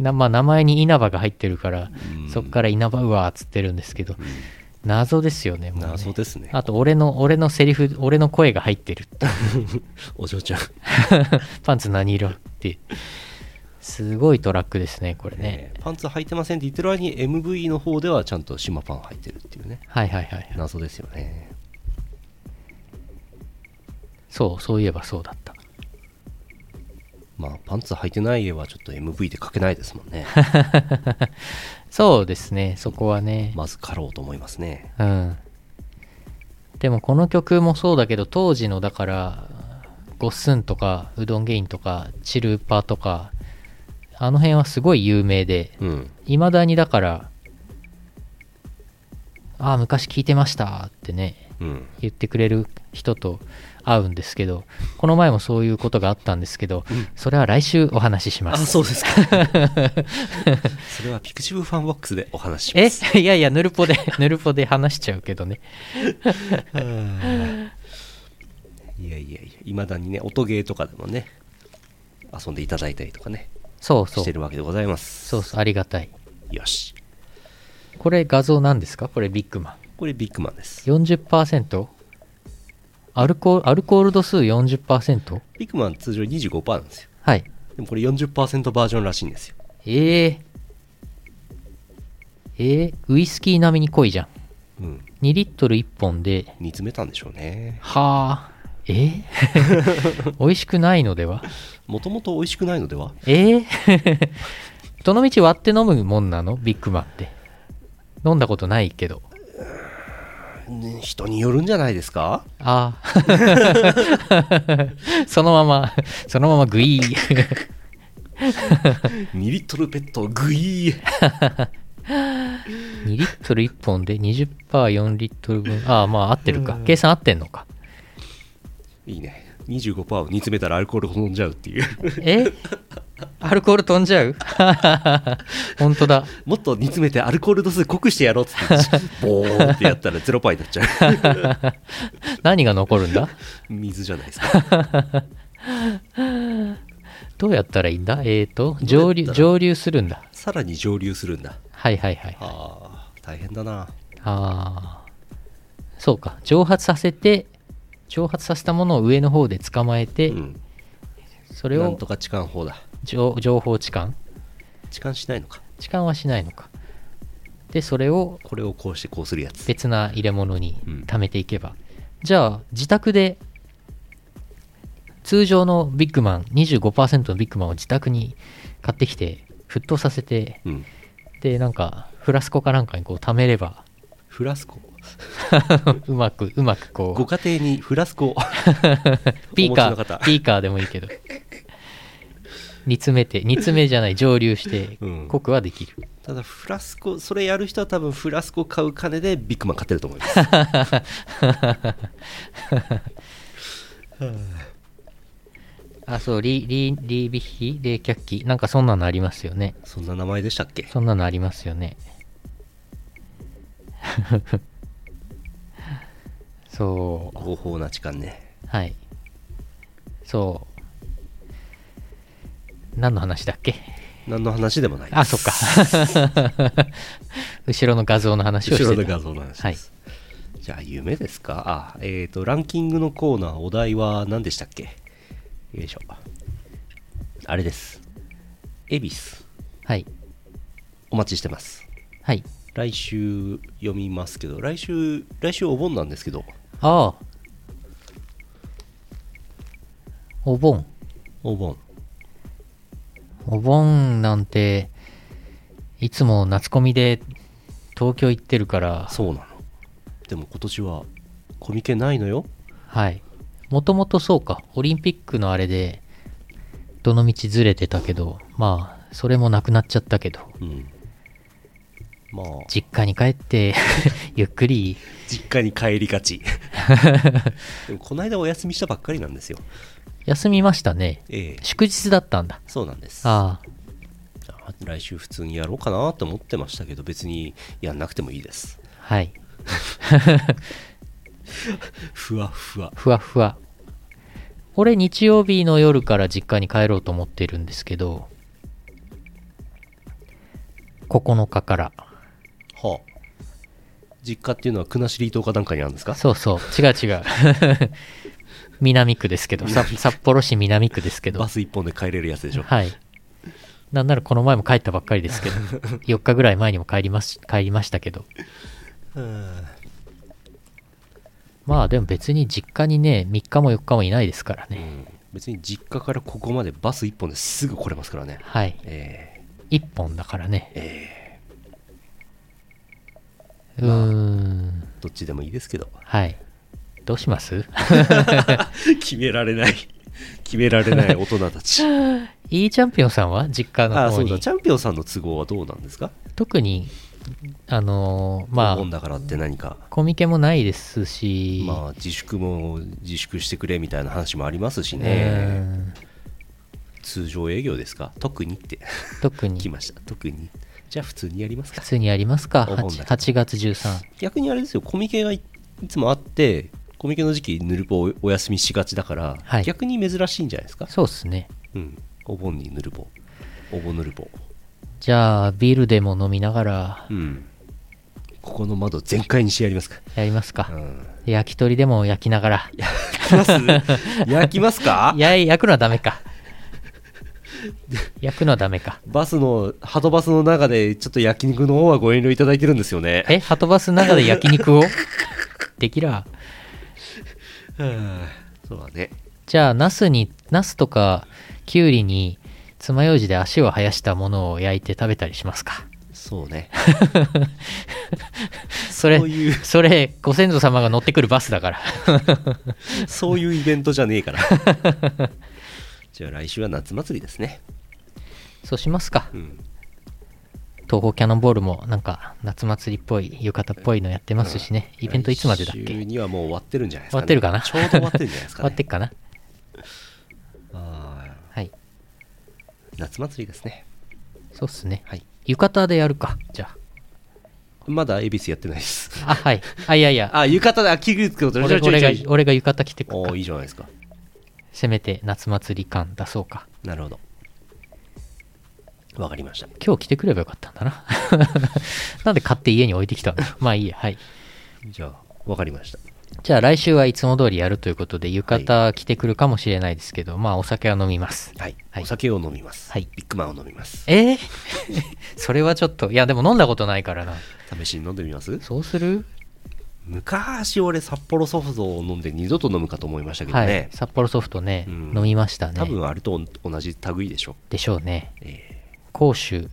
A: なまあ名前に稲葉が入ってるから、
B: うん
A: そっから稲葉うわーっつってるんですけど、謎ですよねもうね
B: 謎ですね
A: あと俺の俺のセリフ俺の声が入ってるって
B: お嬢ちゃん
A: パンツ何色ってすごいトラックですねこれね、
B: えーパンツ履いてませんって言ってる間に MV の方ではちゃんと島パン履いてるっていうね
A: はいはいはい
B: 謎ですよね
A: そうそういえばそうだった
B: まあパンツ履いてない絵はちょっと MV で描けないですもん ね
A: そうですねそこはね、
B: まずかろうと思いますね
A: うんでもこの曲もそうだけど当時のだからゴッスンとかうどんゲインとかチルパとかあの辺はすごい有名で
B: うん
A: いまだにだからああ昔聞いてましたってね
B: うん
A: 言ってくれる人と会うんですけどこの前もそういうことがあったんですけど、それは来週お話ししま
B: あ
A: す
B: そうですかそれはピクチブファンボックスでお話ししま
A: え
B: す
A: いやいやヌルポでヌルポで話しちゃうけどね
B: いやいやいやいまだにね音ゲーとかでもね遊んでいただいたりとかね
A: そうそ
B: し
A: う
B: てるわけでございます
A: そうそうありがたい
B: よし
A: これ画像なんですかこれビッグマン
B: これビッグマンです
A: 40%アルコールアルコール度数 40%?
B: ビッグマン通常25%なんですよ
A: はい
B: でもこれ40%バージョンらしいんですよ
A: ええええウイスキー並みに濃いじゃん
B: うん
A: 2リットル1本で
B: 煮詰めたんでしょうね
A: はあえー 美味しくないのでは
B: もともと美味しくないのでは
A: えー どの道割って飲むもんなのビッグマンって飲んだことないけど
B: ね人によるんじゃないですか
A: ああ そのままそのままグイー
B: 2リットルペットグイー
A: 2リットル1本で 20%4 リットル分ああまあ合ってるか計算合ってんの か
B: いいね25%を煮詰めたらアルコールほとんじゃうっていう
A: えアルコール飛んじゃう 本当だ
B: もっと煮詰めてアルコール度数濃くしてやろうっつって ボーンってやったらゼロパーになっちゃう
A: 何が残るんだ
B: 水じゃないですか
A: どうやったらいいんだえーと蒸留蒸留するんだ
B: さらに蒸留するんだ
A: はいはいはい
B: あー大変だな
A: ああそうか蒸発させて蒸発させたものを上の方で捕まえて、
B: うん
A: それ
B: なん
A: を
B: とか痴漢法だ
A: 情情報置換
B: 痴漢しないのか
A: 置換はしないのかでそれを
B: これをこうしてこうするやつ
A: 別な入れ物に
B: うん
A: 貯めていけば、じゃあ自宅で通常のビッグマン25%のビッグマンを自宅に買ってきて沸騰させて
B: うん
A: でなんかフラスコかなんかにこう貯めれば
B: フラスコ
A: うまくうまくこう
B: ご家庭にフラスコを
A: ピー
B: お持
A: カ
B: ちの方
A: ー、ピーカーでもいいけど。煮詰めて、煮詰めじゃない、蒸留して
B: うん、
A: 濃くはできる。
B: ただフラスコそれやる人は多分フラスコ買う金でビッグマン買ってると思います
A: あ、そう、リ、リ、リービッヒ、冷却器、なんかそんなのありますよね。
B: そんな名前でしたっけ
A: そんなのありますよね。 そう。
B: 合法な痴漢ね
A: はい。そう。何の話だっけ
B: 何の話でもない
A: あ、そっか。 後ろの画像の話をしてた
B: 後ろの画像の話です、じゃあ夢ですかあえっ、とランキングのコーナーお題は何でしたっけよいしょあれです恵比寿
A: はい。
B: お待ちしてます
A: はい。
B: 来週読みますけど来週来週お盆なんですけど
A: ああ。お盆。
B: お盆
A: お盆なんて、いつも夏コミで東京行ってるから、
B: そうなのでも今年はコミケないのよ
A: はい。もともとそうか、オリンピックのあれで、どの道ずれてたけど、まあ、それもなくなっちゃったけど、
B: うんまあ
A: 実家に帰って、 ゆっくり、
B: 実家に帰り がちでもこの間お休みしたばっかりなんですよ
A: 休みましたね。
B: ええ
A: 祝日だったんだ。
B: そうなんです
A: ああ、
B: 来週普通にやろうかなと思ってましたけど別にやんなくてもいいです
A: はい。
B: ふわふわ
A: ふわふわ。俺、日曜日の夜から実家に帰ろうと思ってるんですけど、9日から。
B: は実家っていうのは国後島かなんかにあるんですか
A: そうそう違う違う 南区ですけどさ札幌市南区ですけど
B: バス一本で帰れるやつでしょ
A: はいなんならこの前も帰ったばっかりです けど4日ぐらい前にも帰ります帰りましたけどまあでも別に実家にね3日も4日もいないですから
B: う
A: ね
B: ん別に実家からここまでバス一本ですぐ来れますからね
A: はい
B: え
A: 1本だからねうーん
B: ーどっちでもいいですけど
A: はいどうします
B: 決められない決められない大人た ち
A: いいチャンピオンさんは実家の
B: ああ
A: 方
B: そう
A: に
B: だチャンピオンさんの都合はどうなんですか
A: 特にあのー
B: ま
A: ま
B: あ本
A: あ
B: だからって何か
A: コミケもないですし、
B: まあ自粛も自粛してくれみたいな話もありますし
A: う
B: ね
A: ん
B: 通常営業ですか特にって
A: 特
B: 来
A: に
B: ました特にじゃあ普通にやります
A: 普
B: か
A: 通にやりますか
B: お盆だけ
A: 8, 8月13
B: 逆にあれですよコミケがいいつもあってコミケの時期ヌルポおお休みしがちだから、
A: はい
B: 逆に珍しいんじゃないですか
A: そうっすね
B: うんお盆にヌルポお盆ヌルポ
A: じゃあビールでも飲みながら
B: うんここの窓全開にしてやりますか
A: やりますか
B: う、ん
A: 焼き鳥でも焼きながらい
B: 焼きますか
A: や焼くのはダメか焼くのはダメか
B: バスのハトバスの中でちょっと焼肉の方はご遠慮いただいてるんですよね
A: えハトバスの中で焼肉をできら
B: そうだね
A: じゃあ、ナスに、ナスとか、キュウリに、爪楊枝で足を生やしたものを焼いて食べたりしますか。
B: そうね
A: それ、
B: そ ういう
A: それ、ご先祖様が乗ってくるバスだから。
B: そういうイベントじゃねえから じゃあ来週は夏祭りですね
A: そうしますか。
B: うん
A: 東方キャノンボールも、なんか、夏祭りっぽい、浴衣っぽいのやってますしね。イベントいつまでだっけ
B: 来週
A: 終
B: にはもう終わってるんじゃないですか、
A: わってるかな
B: ちょうど終わってるんじゃないですか、ね、
A: わ ってっかな。
B: あー
A: はい。
B: 夏祭りですね
A: そうっすね。
B: はい
A: 浴衣でやるか。じゃ
B: まだ恵比寿やってないです
A: あ。あ、はい。あ、いやいや。
B: あ浴衣だ着るってこと
A: 俺俺が、俺が浴衣着てく
B: お
A: か
B: ーいい。じゃないですか
A: せめて夏祭り感出そうか。
B: なるほどわかりました
A: 今日着てくればよかったんだな。 なんで買って家に置いてきたんだ。 まあいいや、はい。
B: じゃあわかりました
A: じゃあ来週はいつも通りやるということで、浴
B: は
A: 衣着てくるかもしれないですけど、まあお酒は飲みます。
B: はい、
A: はい
B: お酒を飲みます、
A: はい
B: ビッグマンを飲みます
A: えー それはちょっと、いやでも飲んだことないからな。
B: 試しに飲んでみます
A: そうする
B: 昔俺札幌ソフトを飲んで二度と飲むかと思いましたけどね、
A: はい。札幌ソフトね、
B: うん
A: 飲みました
B: 多
A: ね。
B: 分あれと同じ類でしょ
A: でしょうね。
B: え
A: 甲州、
B: ー、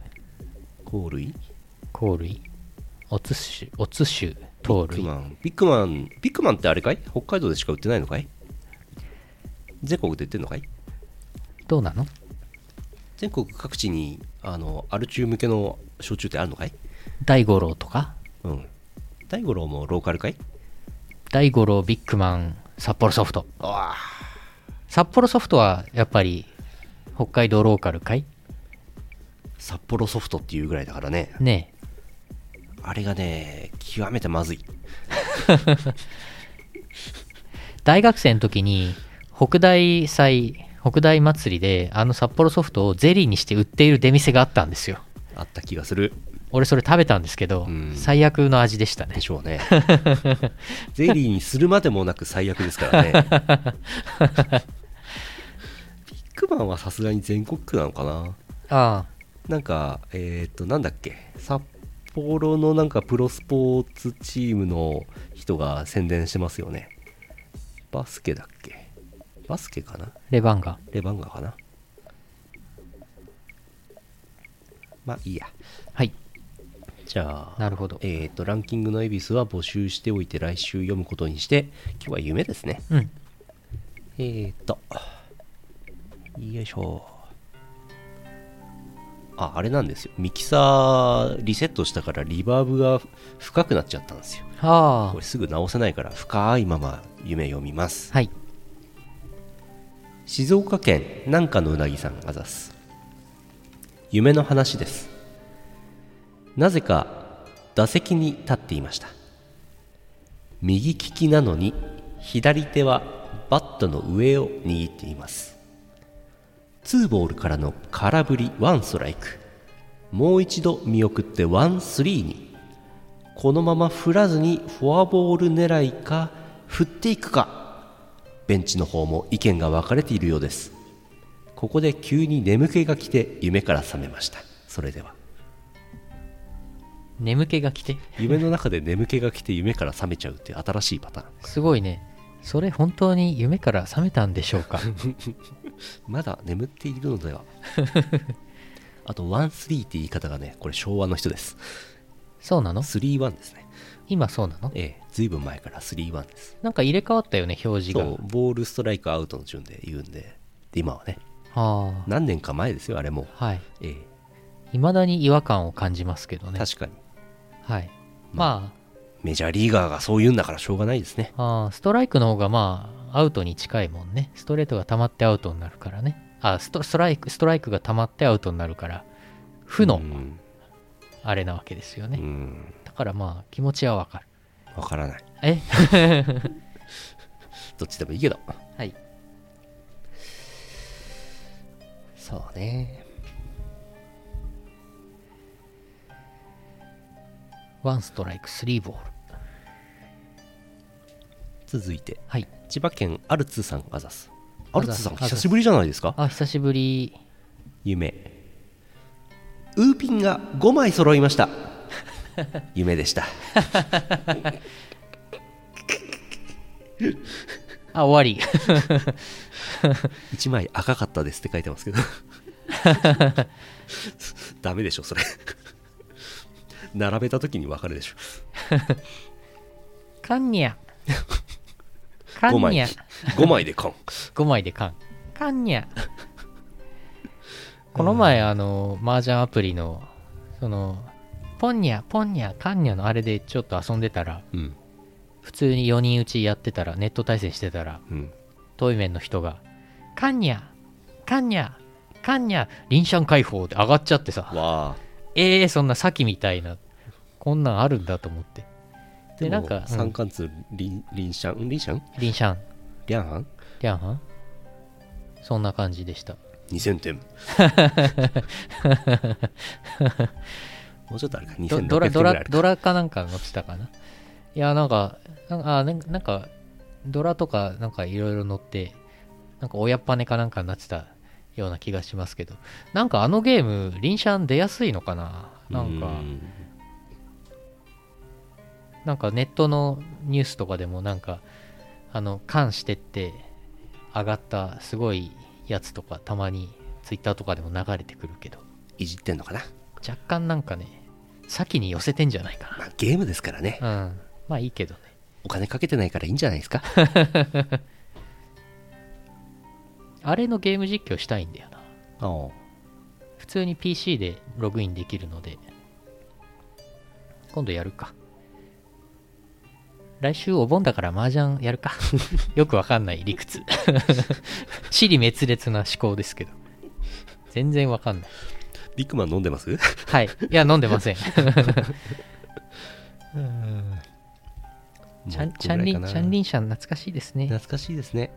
B: コールイ
A: 甲類、おつし、おつしゅ、糖
B: ビッグ
A: 類。
B: マンビッグマンビッグマンってあれかい北海道でしか売ってないのかい全国で売ってんのかい
A: どうなの
B: 全国各地にあのアル中向けの焼酎ってあるのかい
A: 大五郎とか
B: うん大五郎もローカルかい
A: 大五郎ビッグマン札幌ソフト
B: あ
A: 札幌ソフトはやっぱり北海道ローカルかい
B: 札幌ソフトっていうぐらいだからね
A: ねえ
B: あれがね極めてまずい
A: 大学生の時に北大祭北大祭りであの札幌ソフトをゼリーにして売っている出店があったんですよ
B: あった気がする
A: 俺それ食べたんですけど、
B: うん
A: 最悪の味でしたね
B: でしょうね ゼリーにするまでもなく最悪ですからねビッグマンはさすがに全国区なのかな
A: ああ
B: なんかえっ、となんだっけ札幌のなんかプロスポーツチームの人が宣伝してますよねバスケだっけバスケかな
A: レバンガ
B: レバンガかなまあいいや
A: はい
B: じゃあ
A: なるほど
B: えっ、とランキングの恵比寿は募集しておいて来週読むことにして今日は夢ですね
A: うん
B: えっ、とよいしょああれなんですよミキサーリセットしたからリバーブが深くなっちゃったんですよ
A: ああ
B: これすぐ直せないから深いまま夢読みます
A: はい
B: 静岡県南下のうなぎさんあざす夢の話ですなぜか打席に立っていました右利きなのに左手はバットの上を握っていますツーボールからの空振りワンストライクもう一度見送ってワンスリーにこのまま振らずにフォアボール狙いか振っていくかベンチの方も意見が分かれているようですここで急に眠気が来て夢から覚めましたそれでは
A: 眠気が来て
B: 夢の中で眠気が来て夢から覚めちゃうっていう新しいパターン
A: すごいねそれ本当に夢から覚めたんでしょう か
B: まだ眠っているの ではあとワンスリーって言い方がねこれ昭和の人です
A: そうなの
B: スリーワンですね
A: 今そうなの
B: ええずいぶん前からスリーワンです
A: なんか入れ替わったよね表示
B: そ
A: が
B: うボールストライクアウトの順で言うんでで今はね
A: あ
B: 何年か前ですよあれも
A: あはい
B: え
A: いまだに違和感を感じますけど
B: え
A: ね
B: 確かに
A: はいま
B: メジャーリーガーがそう言うんだからしょうがないですね
A: ああーストライクの方がまあアウトに近いもんねストレートが溜まってアウトになるからねあストストライクストライクが溜まってアウトになるから負
B: う
A: の
B: ん
A: あれなわけですよね、
B: うん
A: だからまあ気持ちはわかる
B: わからない
A: え
B: どっちでもいいけど
A: はい
B: そうね
A: ワンストライクスリーボール
B: 続いて
A: はい
B: 千葉県アルツさんあざすア
A: あ
B: ル
A: ざす
B: ツさん
A: あざす
B: 久しぶりじゃないですか
A: あ久しぶり
B: 夢ウーピンが5枚揃いました 夢でした
A: あ終わり
B: 1枚赤かったですって書いてますけ どダメでしょそれ並べた時に分かるでしょ
A: カンニャカン
B: 5
A: ニ
B: 枚
A: ャ
B: 5枚でかん
A: 5枚で缶カンニャこの前あの麻雀アプリのそのポンニャポンニャカンニャのあれでちょっと遊んでたら
B: うん
A: 普通に4人打ちやってたらネット対戦してたら
B: うん
A: 遠い面の人が「カンニャカンニャカンニャ臨シャン解放」って上がっちゃってさ
B: わあ
A: えー、そんなさっきみたいなこんなんあるんだと思ってでなんか
B: 三冠通リンリンシャンリンシャン
A: 臨シャン
B: リャンハン
A: リャンハンそんな感じで した
B: 2000点もうちょっとあれか2600
A: ド
B: 点
A: ドラ
B: ぐ
A: ド
B: らいあ
A: ラ
B: る
A: ドラかなんか載ってたかないやなんかなんかあなんなんかドラとかなんかいろいろ載ってなんか親っぱねかなんかになってたような気がしますけどなんかあのゲームリンシャン出やすいのかななんか
B: うん
A: なんかネットのニュースとかでもなんかあの缶してって上がったすごいやつとかたまにツイッターとかでも流れてくるけど
B: いじってんのかな、
A: 若干なんかね先に寄せてんじゃないか
B: まあ、ゲームですからね
A: なうんまあいいけどね
B: お金かけてないからいいんじゃないです か
A: あれのゲーム実況したいんだよな
B: おう
A: 普通に PC でログインできるので今度やるか来週お盆だから麻雀やるか よくわかんない理屈 尻滅裂な思考ですけど全然わかんない
B: ビッグマン飲んでます
A: はいいや飲んでま せんチャンチャンリンチャンリ
B: ン
A: ンシャン懐かしいですね
B: 懐かしいですね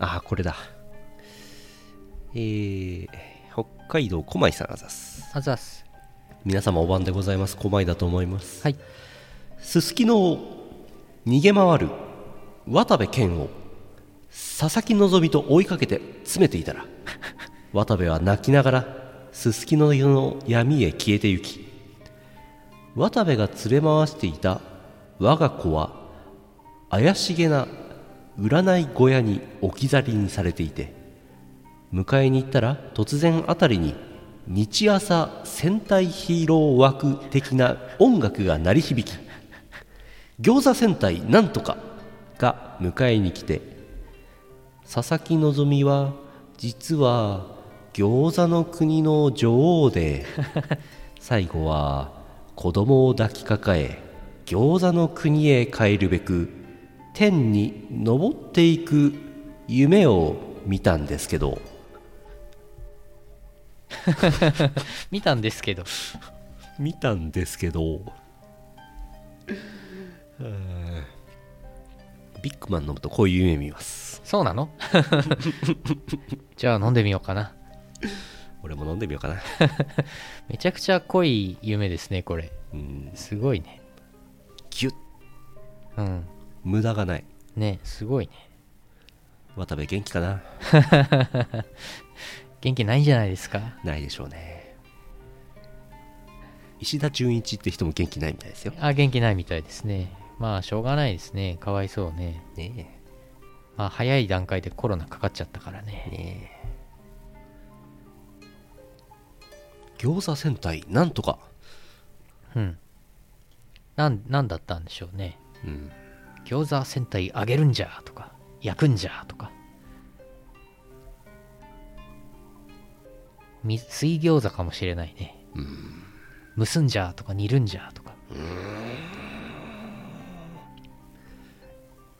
B: ああこれだえー、北海道小舞さんあざす
A: あざっす
B: 皆様お晩でございます小舞だと思います
A: はい
B: すすきのを逃げ回る渡部健を佐々木希と追いかけて詰めていたら渡部は泣きながらすすきの湯の闇へ消えてゆき渡部が連れ回していた我が子は怪しげな占い小屋に置き去りにされていて迎えに行ったら突然あたりに日朝戦隊ヒーロー枠的な音楽が鳴り響き餃子戦隊なんとかが迎えに来て佐々木希は実は餃子の国の女王 で最後は子供を抱きかかえ餃子の国へ帰るべく天に昇っていく夢を見たんですけど
A: 見たんですけど
B: 見たんですけど ビッグマン飲むとこういう夢見ます
A: そうなのじゃあ飲んでみようかな
B: 俺も飲んでみようかな。
A: めちゃくちゃ濃い夢ですねこれ
B: うん、
A: すごいね
B: ギュッ、
A: うん
B: 無駄がない。
A: ねすごいね
B: 渡部元気かな
A: 元気ないんじゃないですか
B: ないでしょうね。石田純一って人も元気ないみたいですよ。
A: あ元気ないみたいですねまあしょうがないですねかわいそうね
B: ね
A: まあ早い段階でコロナかかっちゃったからね
B: え、ねえ。餃子戦隊、なんとか。
A: うんなんなんだったんでしょうね
B: うん、
A: 餃子戦隊揚げるんじゃとか焼くんじゃとかみ水餃子かもしれないね蒸すんじゃとか煮るんじゃとか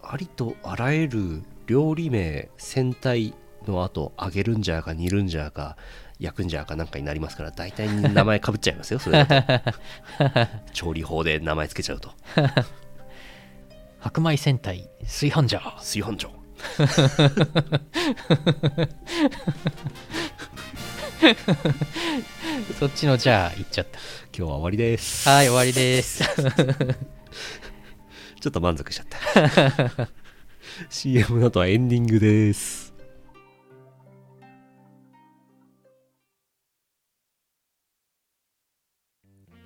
B: ありとあらゆる料理名戦隊の後揚げるんじゃーか煮るんじゃーか焼くんじゃーかなんかになりますから大体名前かぶっちゃいますよそれだと調理法で名前つけちゃうと
A: 白米戦隊炊飯ジャー
B: 炊飯長
A: そっちのジャー行っちゃった
B: 今日は終わりです
A: はい終わりです
B: ちょっと満足しちゃった CM の後はエンディングです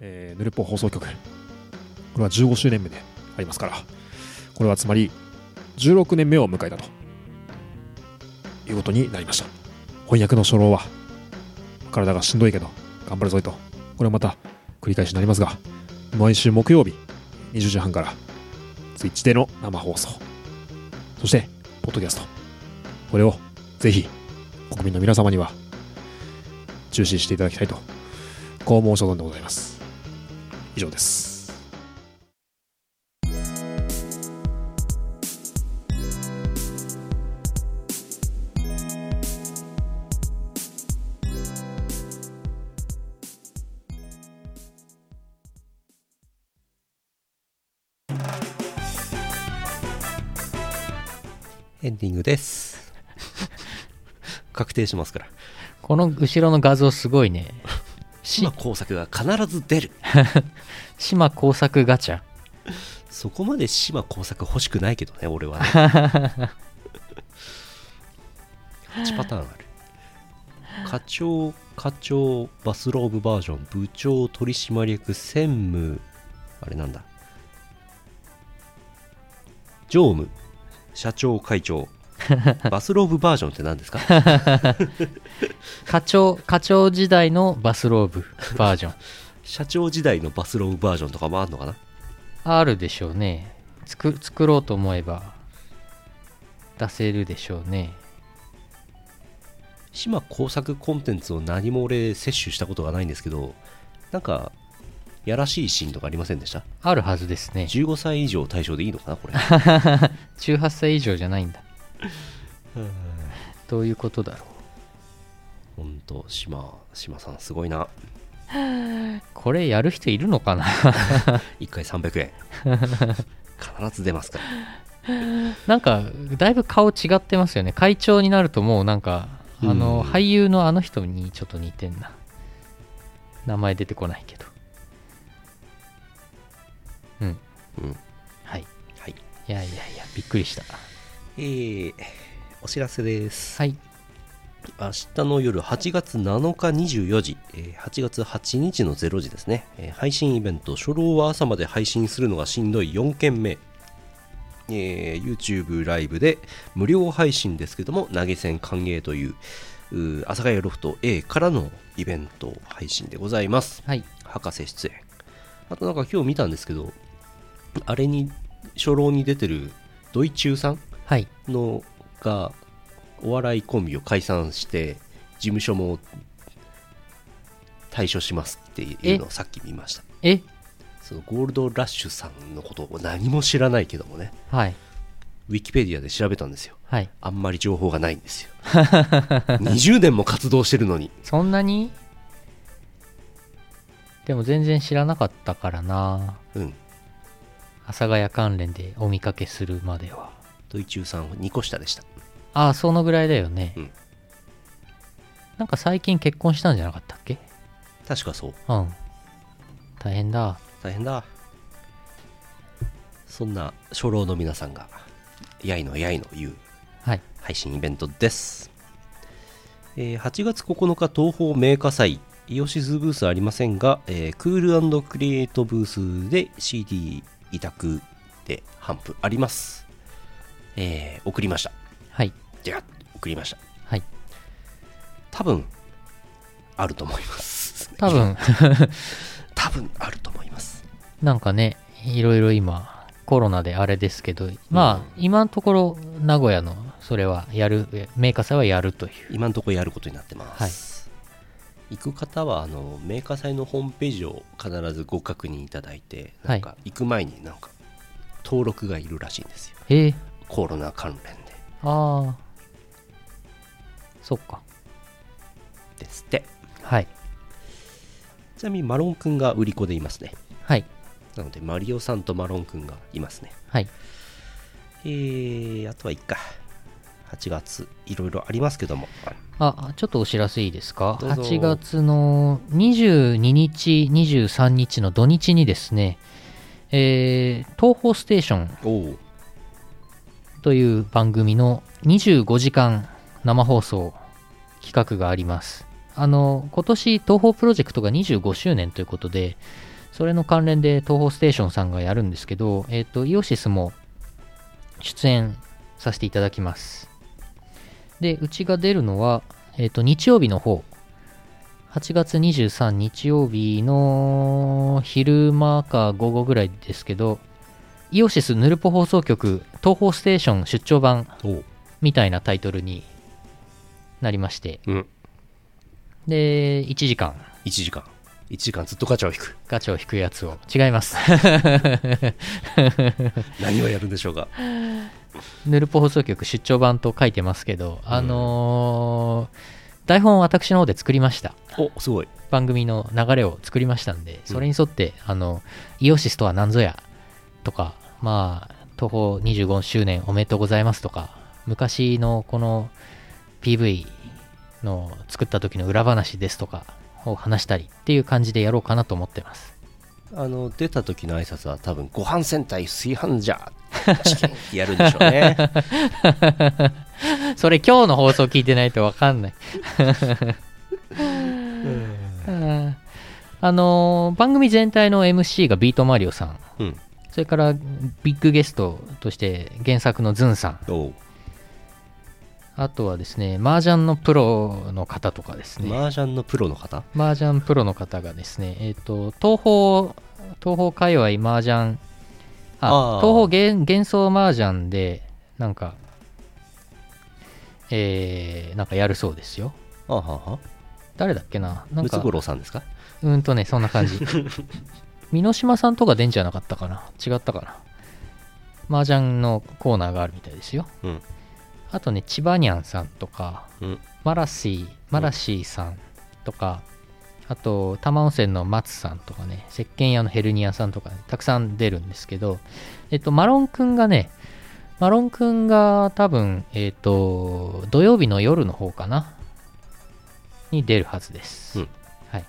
F: えー、ヌルポ放送局これは15周年目でありますからこれはつまり16年目を迎えたということになりました翻訳の初老は体がしんどいけど頑張るぞいとこれはまた繰り返しになりますが毎週木曜日20時半から Twitch での生放送そしてポッドキャストこれをぜひ国民の皆様には注視していただきたいとこう申し上げてございます以上です
B: エンディングです確定しますから
A: この後ろの画像すごいねし
B: 島工作が必ず出る
A: 島工作ガチャ
B: そこまで島工作欲しくないけどね俺はね8パターンある課長課長バスローブバージョン部長取締役専務あれなんだ常務社長会長バスローブバージョンって何ですか
A: 課長課長時代のバスローブバージョン
B: 社長時代のバスローブバージョンとかもあんのかな
A: あるでしょうね作作ろうと思えば出せるでしょうね
B: 島工作コンテンツを何も俺摂取したことがないんですけどなんかやらしいシーンとかありませんでした
A: あるはずですね
B: 15歳以上対象でいいのかなこれ
A: 18歳以上じゃないんだどういうことだろ
B: ほんと島島さんすごいな
A: うこれやる人いるのかな
B: 1回300円必ず出ますから
A: なんかだいぶ顔違ってますよね会長になるともうなんかあ
B: う
A: の
B: ん
A: 俳優のあの人にちょっと似てんな名前出てこないけどうん
B: うん
A: はい
B: はい
A: いやいやいやびっくりした
B: えー、お知らせです
A: はい
B: 明日の夜8月7日24時、えー8月8日の0時ですね、えー配信イベント初老は朝まで配信するのがしんどい4件目、えー YouTube ライブで無料配信ですけども投げ銭歓迎といううー阿佐ヶ谷ロフト A からのイベント配信でございます
A: はい
B: 博士出演あとなんか今日見たんですけどあれに初老に出てるドイチューさん
A: はい
B: のがお笑いコンビを解散して事務所も退所しますっていうのをさっき見ました
A: え
B: そのゴールドラッシュさんのことを何も知らないけどもね
A: はい
B: ウィキペディアで調べたんですよ
A: はい
B: あんまり情報がないんですよ20年も活動してるのに
A: そんなにでも全然知らなかったからな
B: うん
A: 阿佐ヶ谷関連でお見かけするまでは
B: ドイチューさんは2個下でした
A: ああそのぐらいだよね、
B: うん
A: なんか最近結婚したんじゃなかったっけ
B: 確かそう
A: うん大変だ
B: 大変だそんな初老の皆さんがやいのやいの言う
A: はい
B: 配信イベントです、えー8月9日東宝名家祭イオシスブースありませんが、えークールクリエイトブースで CD 委託で頒布あります、えー送りました
A: はい
B: じゃあ送りました
A: はい
B: 多分あると思います
A: 多分
B: 多分あると思います
A: なんかねいろいろ今コロナであれですけどまあ、今のところ名古屋のそれはやるえメーカー祭はやるという
B: 今のところやることになってます、行く方はあのメーカー祭のホームページを必ずご確認いただいて
A: は
B: ないんか行く前になんか登録がいるらしいんですよ
A: へえ
B: コロナ関連で
A: ああそっか
B: ですって
A: はい
B: ちなみにマロンくんが売り子でいますね
A: はい
B: なのでマリオさんとマロンくんがいますね
A: はい
B: えー、あとはいっか8月いろいろありますけども
A: あちょっとお知らせいいですか
B: どうぞ
A: 8月の22日23日の土日にですね、えー東宝ステーション
B: おお
A: という番組の25時間生放送企画がありますあの今年東宝プロジェクトが25周年ということでそれの関連で東宝ステーションさんがやるんですけど、えっとイオシスも出演させていただきますでうちが出るのは、えっと日曜日の方8月23日曜日の昼間か午後ぐらいですけどイオシスヌルポ放送局東宝ステーション出張版
B: おう
A: みたいなタイトルになりまして
B: うん
A: で1時間
B: 1時間1時間ずっとガチャを引く
A: ガチャを引くやつを違います
B: 何をやるんでしょうか
A: ヌルポ放送局出張版と書いてますけどあのー台本を私の方で作りました
B: おすごい
A: 番組の流れを作りましたんでそれに沿って、あのイオシスとは何ぞやとかまあ東宝25周年おめでとうございますとか昔のこの PV の作った時の裏話ですとかを話したりっていう感じでやろうかなと思ってます
B: あの出た時の挨拶は多分「ご飯戦隊炊飯じ ゃ」チキンってやるんでしょうね
A: それ今日の放送聞いてないとわかんない うんあの番組全体の MC がビートマリオさん
B: うん
A: それからビッグゲストとして原作のズンさん、
B: おう
A: あとはですね、麻雀のプロの方とかですね、
B: 麻雀のプロの方
A: 麻雀プロの方がですね、えっと東宝、東宝界隈麻雀、あ
B: あー
A: 東宝幻幻想麻雀で、なんか、えー、なんかやるそうですよ。
B: あはは
A: 誰だっけな、なん
B: ム
A: か
B: ツ、ゴロウさんですか
A: うんとね、そんな感じ。美濃島さんとか出んじゃなかったかな違ったかな麻雀のコーナーがあるみたいですよ。
B: うん
A: あとね、千葉にゃんさんとか、
B: うん
A: マラシー、マラシーさんとか、あと、多摩温泉の松さんとかね、石鹸屋のヘルニアさんとかね、たくさん出るんですけど、えっと、マロンくんがね、マロンくんが多分、えっと、土曜日の夜の方かな、に出るはずです。
B: うん
A: はい。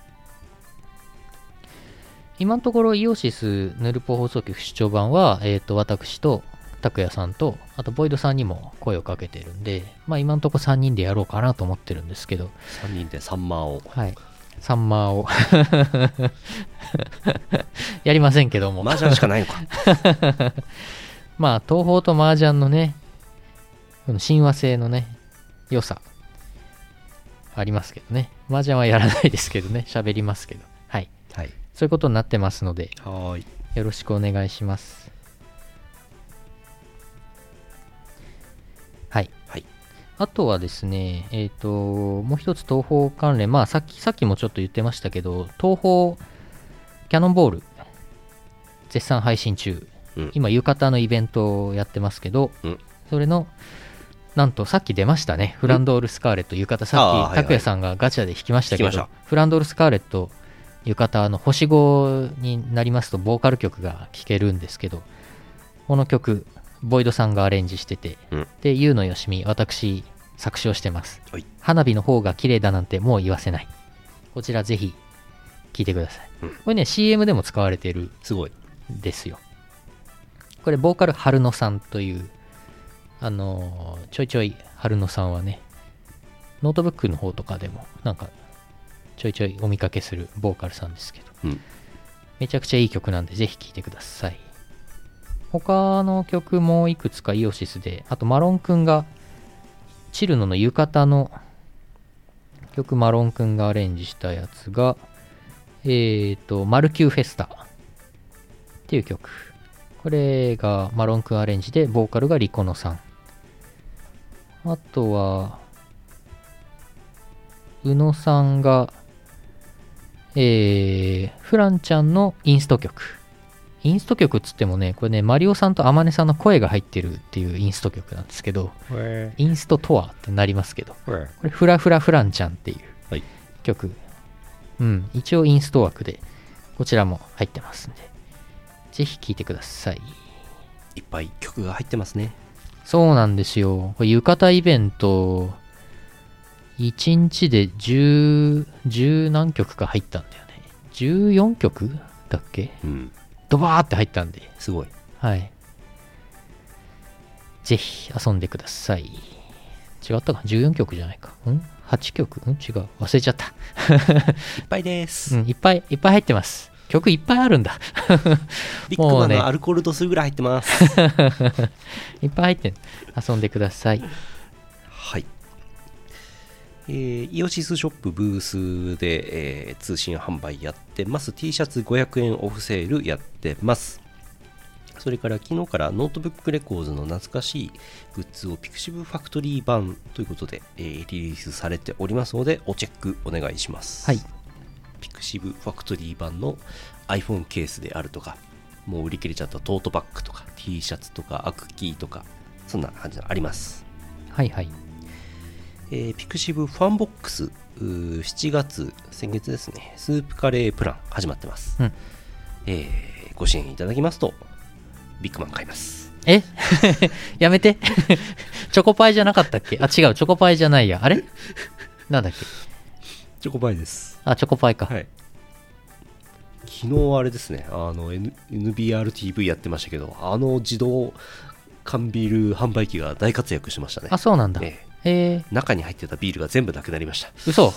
A: 今のところ、イオシスヌルポ放送局主張版は、えっと、私と、拓也さんと、あとボイドさんにも声をかけてるんで、まあ今のところ3人でやろうかなと思ってるんですけど、
B: 3人でサンマを
A: はい。サンマーを やりませんけども、
B: 麻雀しかないのか
A: まあ東宝と麻雀のね、この親和性のね、良さ、ありますけどね。麻雀はやらないですけどね、喋りますけど。はい。
B: はい
A: そういうことになってますので、
B: はーい
A: よろしくお願いします。はい。
B: はい
A: あとはですね、えっ、と、もう一つ東宝関連、まあさっき、さっきもちょっと言ってましたけど、東宝キャノンボール、絶賛配信中。
B: うん
A: 今、浴衣のイベントをやってますけど、
B: うん
A: それの、なんとさっき出ましたね、フランドール・スカーレット浴衣、
B: あーはい
A: さっ
B: は
A: き、
B: い
A: 拓也さんがガチャで引きましたけ
B: 引きま
A: ど
B: し、
A: フランドール・スカーレット浴衣の星5になりますと、ボーカル曲が聴けるんですけど、この曲、ボイドさんがアレンジしてて、
B: うん
A: で、ゆうのよしみ、私、作詞をしてます、
B: はい
A: 花火の方が綺麗だなんてもう言わせないこちらぜひ聞いてください、
B: うん
A: これね CM でも使われてる
B: すごい。
A: んですよこれボーカル春野さんというあのーちょいちょい春野さんはねノートブックの方とかでもなんかちょいちょいお見かけするボーカルさんですけど
B: うん。
A: めちゃくちゃいい曲なんで、ぜひ聴いてください。他の曲もいくつかイオシスで、あとマロンくんが、チルノの浴衣の曲マロンくんがアレンジしたやつが、えっ、と、マルキューフェスタっていう曲。これがマロンくんアレンジで、ボーカルがリコノさん。あとは、宇野さんがえー、フランちゃんのインスト曲。インスト曲っつってもね、これね、マリオさんとアマネさんの声が入ってるっていうインスト曲なんですけど、インストとはってなりますけど、これ、フラフラフランちゃんっていう
B: はい
A: 曲。うん、一応インスト枠で、こちらも入ってますんで、ぜひ聴いてください。
B: いっぱい曲が入ってますね。
A: そうなんですよ。これ浴衣イベント、1日で10、10何曲か入ったんだよね。14曲だっけ
B: うん。
A: ドバーって入ったんで、
B: すごい。
A: はい。ぜひ遊んでください。違ったか ?14 曲じゃないか。ん ?8 曲ん違う。忘れちゃった。
B: いっぱいで す。
A: うん、いっぱいいっぱい入ってます。曲いっぱいある んだ。
B: ビッグ
A: も
B: マ
A: う
B: ン
A: ね
B: のアルコール度数ぐらい入ってます。
A: いっぱい入ってん遊んでください。
B: はい。えーイオシスショップブースで、えー通信販売やってます。T シャツ500円オフセールやってます。それから昨日からノートブックレコーズの懐かしいグッズをピクシブファクトリー版ということで、えーリリースされておりますので、おチェックお願いします。
A: はい。
B: ピクシブファクトリー版の iPhone ケースであるとか、もう売り切れちゃったトートバッグとか T シャツとかアクキーとか、そんな感じのあります。
A: はいはい。
B: えーピクシブファンボックスうー7月先月ですねスープカレープラン始まってます、
A: うん
B: えーご支援いただきますとビッグマン買います
A: え やめて チョコパイじゃなかったっけあ、違う、チョコパイじゃないや。あれなんだっけ
B: チョコパイです
A: あ、チョコパイか。
B: はい昨日あれですねあの、N、NBRTV やってましたけどあの自動缶ビール販売機が大活躍しましたね
A: あ、そうなんだ。え
B: ええ
A: え
B: 中に入ってたビールが全部なくなりました
A: ー、嘘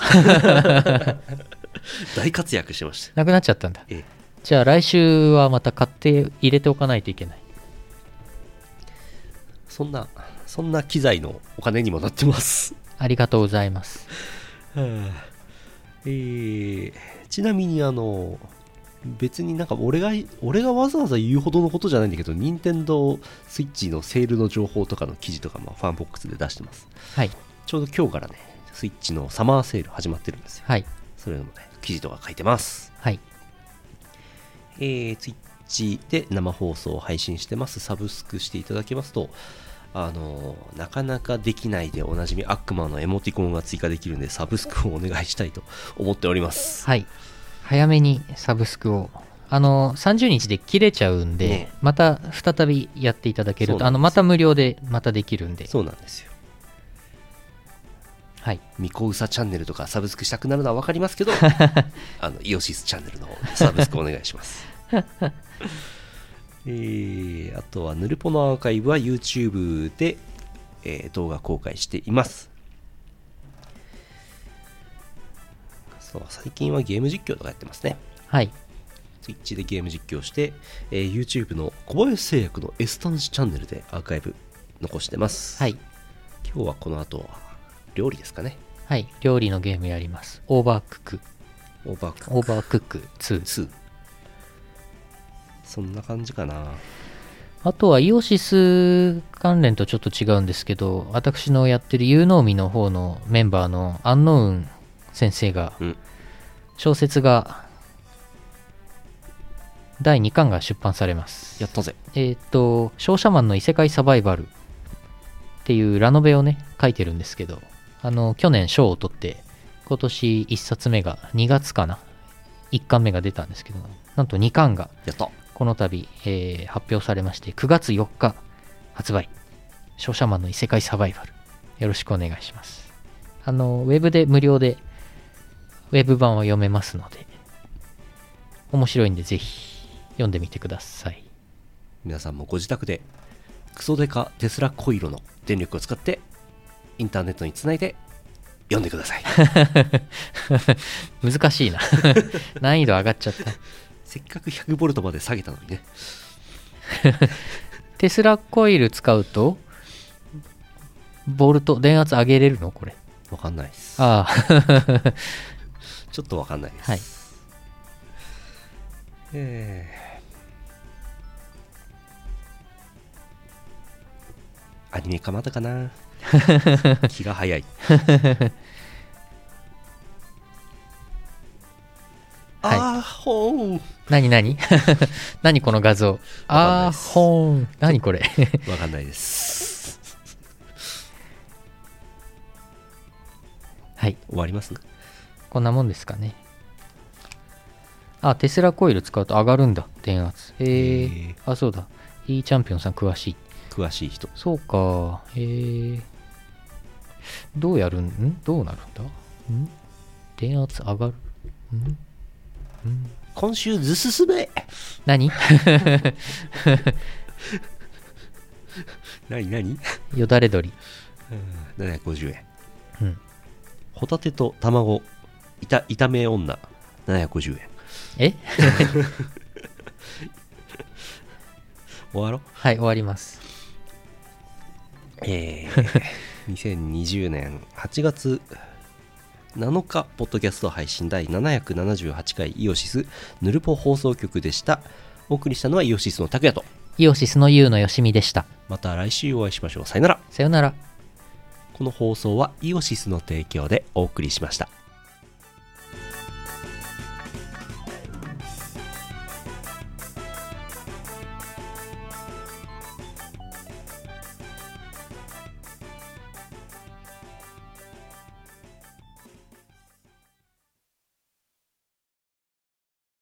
B: 大活躍してました
A: なくなっちゃったんだ。
B: ええ
A: じゃあ来週はまた買って入れておかないといけない。
B: そんなそんな機材のお金にもなってます
A: ありがとうございます。
B: はあえーちなみにあの別になんか俺が俺がわざわざ言うほどのことじゃないんだけど任天堂スイッチのセールの情報とかの記事とかもファンボックスで出してます
A: はい。
B: ちょうど今日からねスイッチのサマーセール始まってるんですよ
A: はい。
B: それのね記事とか書いてます
A: はい。
B: えー、Twitch で生放送を配信してます。サブスクしていただきますと、あのーなかなかできないでおなじみ悪魔のエモティコンが追加できるんで、サブスクをお願いしたいと思っております。
A: はい。早めにサブスクを。あの、30日で切れちゃうんで、
B: ね
A: また再びやっていただける
B: そう
A: と、
B: なん
A: あの、
B: ですよ
A: また無料でまたできるんで。
B: そうなんですよ。
A: はい。
B: ミコウサチャンネルとかサブスクしたくなるのはわか りますけど、あの、イオシスチャンネルの方でサブスクお願い します。えーあとは、ヌルポのアーカイブは YouTube で、えー動画公開しています。そう、最近はゲーム実況とかやってますね。
A: はい。
B: Twitch でゲーム実況して、えー YouTube の小林製薬の S 端子チャンネルでアーカイブ残してます。
A: はい。
B: 今日はこの後は料理ですかね。
A: はい。料理のゲームやります。オーバークック。
B: オーバーク
A: オーバークック2。
B: 2そんな感じかな
A: あとはイオシス関連とちょっと違うんですけど、私のやってる有能ミの方のメンバーのアンノウン先生が、
B: うん
A: 小説が第2巻が出版されます。
B: やったぜ
A: えーっと、商社マンの異世界サバイバルっていうラノベをね、書いてるんですけど、あの、去年賞を取って、今年1冊目が2月かな ?1 巻目が出たんですけど、なんと2巻が
B: やった
A: この度、えー発表されまして9月4日発売「商社マンの異世界サバイバル」よろしくお願いします。あの、ウェブで無料で、ウェブ版を読めますので、面白いんでぜひ読んでみてください。
B: 皆さんもご自宅でクソデカテスラコイロの電力を使ってインターネットにつないで読んでく ださい
A: 難しいな。 難易度上がっちゃった。
B: せっかく1 0 0トまで下げたのにね
A: テスラコイル使うと、ボルト、電圧上げれるのこれ。
B: わかんないです
A: あ あ。
B: ちょっとわかんないです、
A: はい
B: えーアニメかまだか な気が早い
A: はい
B: あーほーん
A: 何何 何この画像。
B: かんない
A: あ
B: っ
A: ー
B: す
A: ほーん。何これ。
B: わかんないです
A: はい。
B: 終わります
A: こんなもんですかね。あ、テスラコイル使うと上がるんだ、電圧。へ
B: へ
A: え
B: ー。
A: あ、そうだ。いいチャンピオンさん詳しい。
B: 詳しい人
A: そうか。へえ。どうやるんんどうなるんだん電圧上がるん
B: 今週ずすすめ
A: 何
B: 何何
A: よだれ鳥。
B: 750円、
A: うん
B: ホタテと卵いた炒め女750
A: え
B: 円終わろう
A: はい、終わります。
B: え ー、2020年8月7日ポッドキャスト配信第778回イオシスヌルポ放送局でしたお送りしたのはイオシスの拓也と
A: イオシスのユウのよしみでした。
B: また来週お会いしましょうさよなら
A: さよなら。
B: この放送はイオシスの提供でお送りしました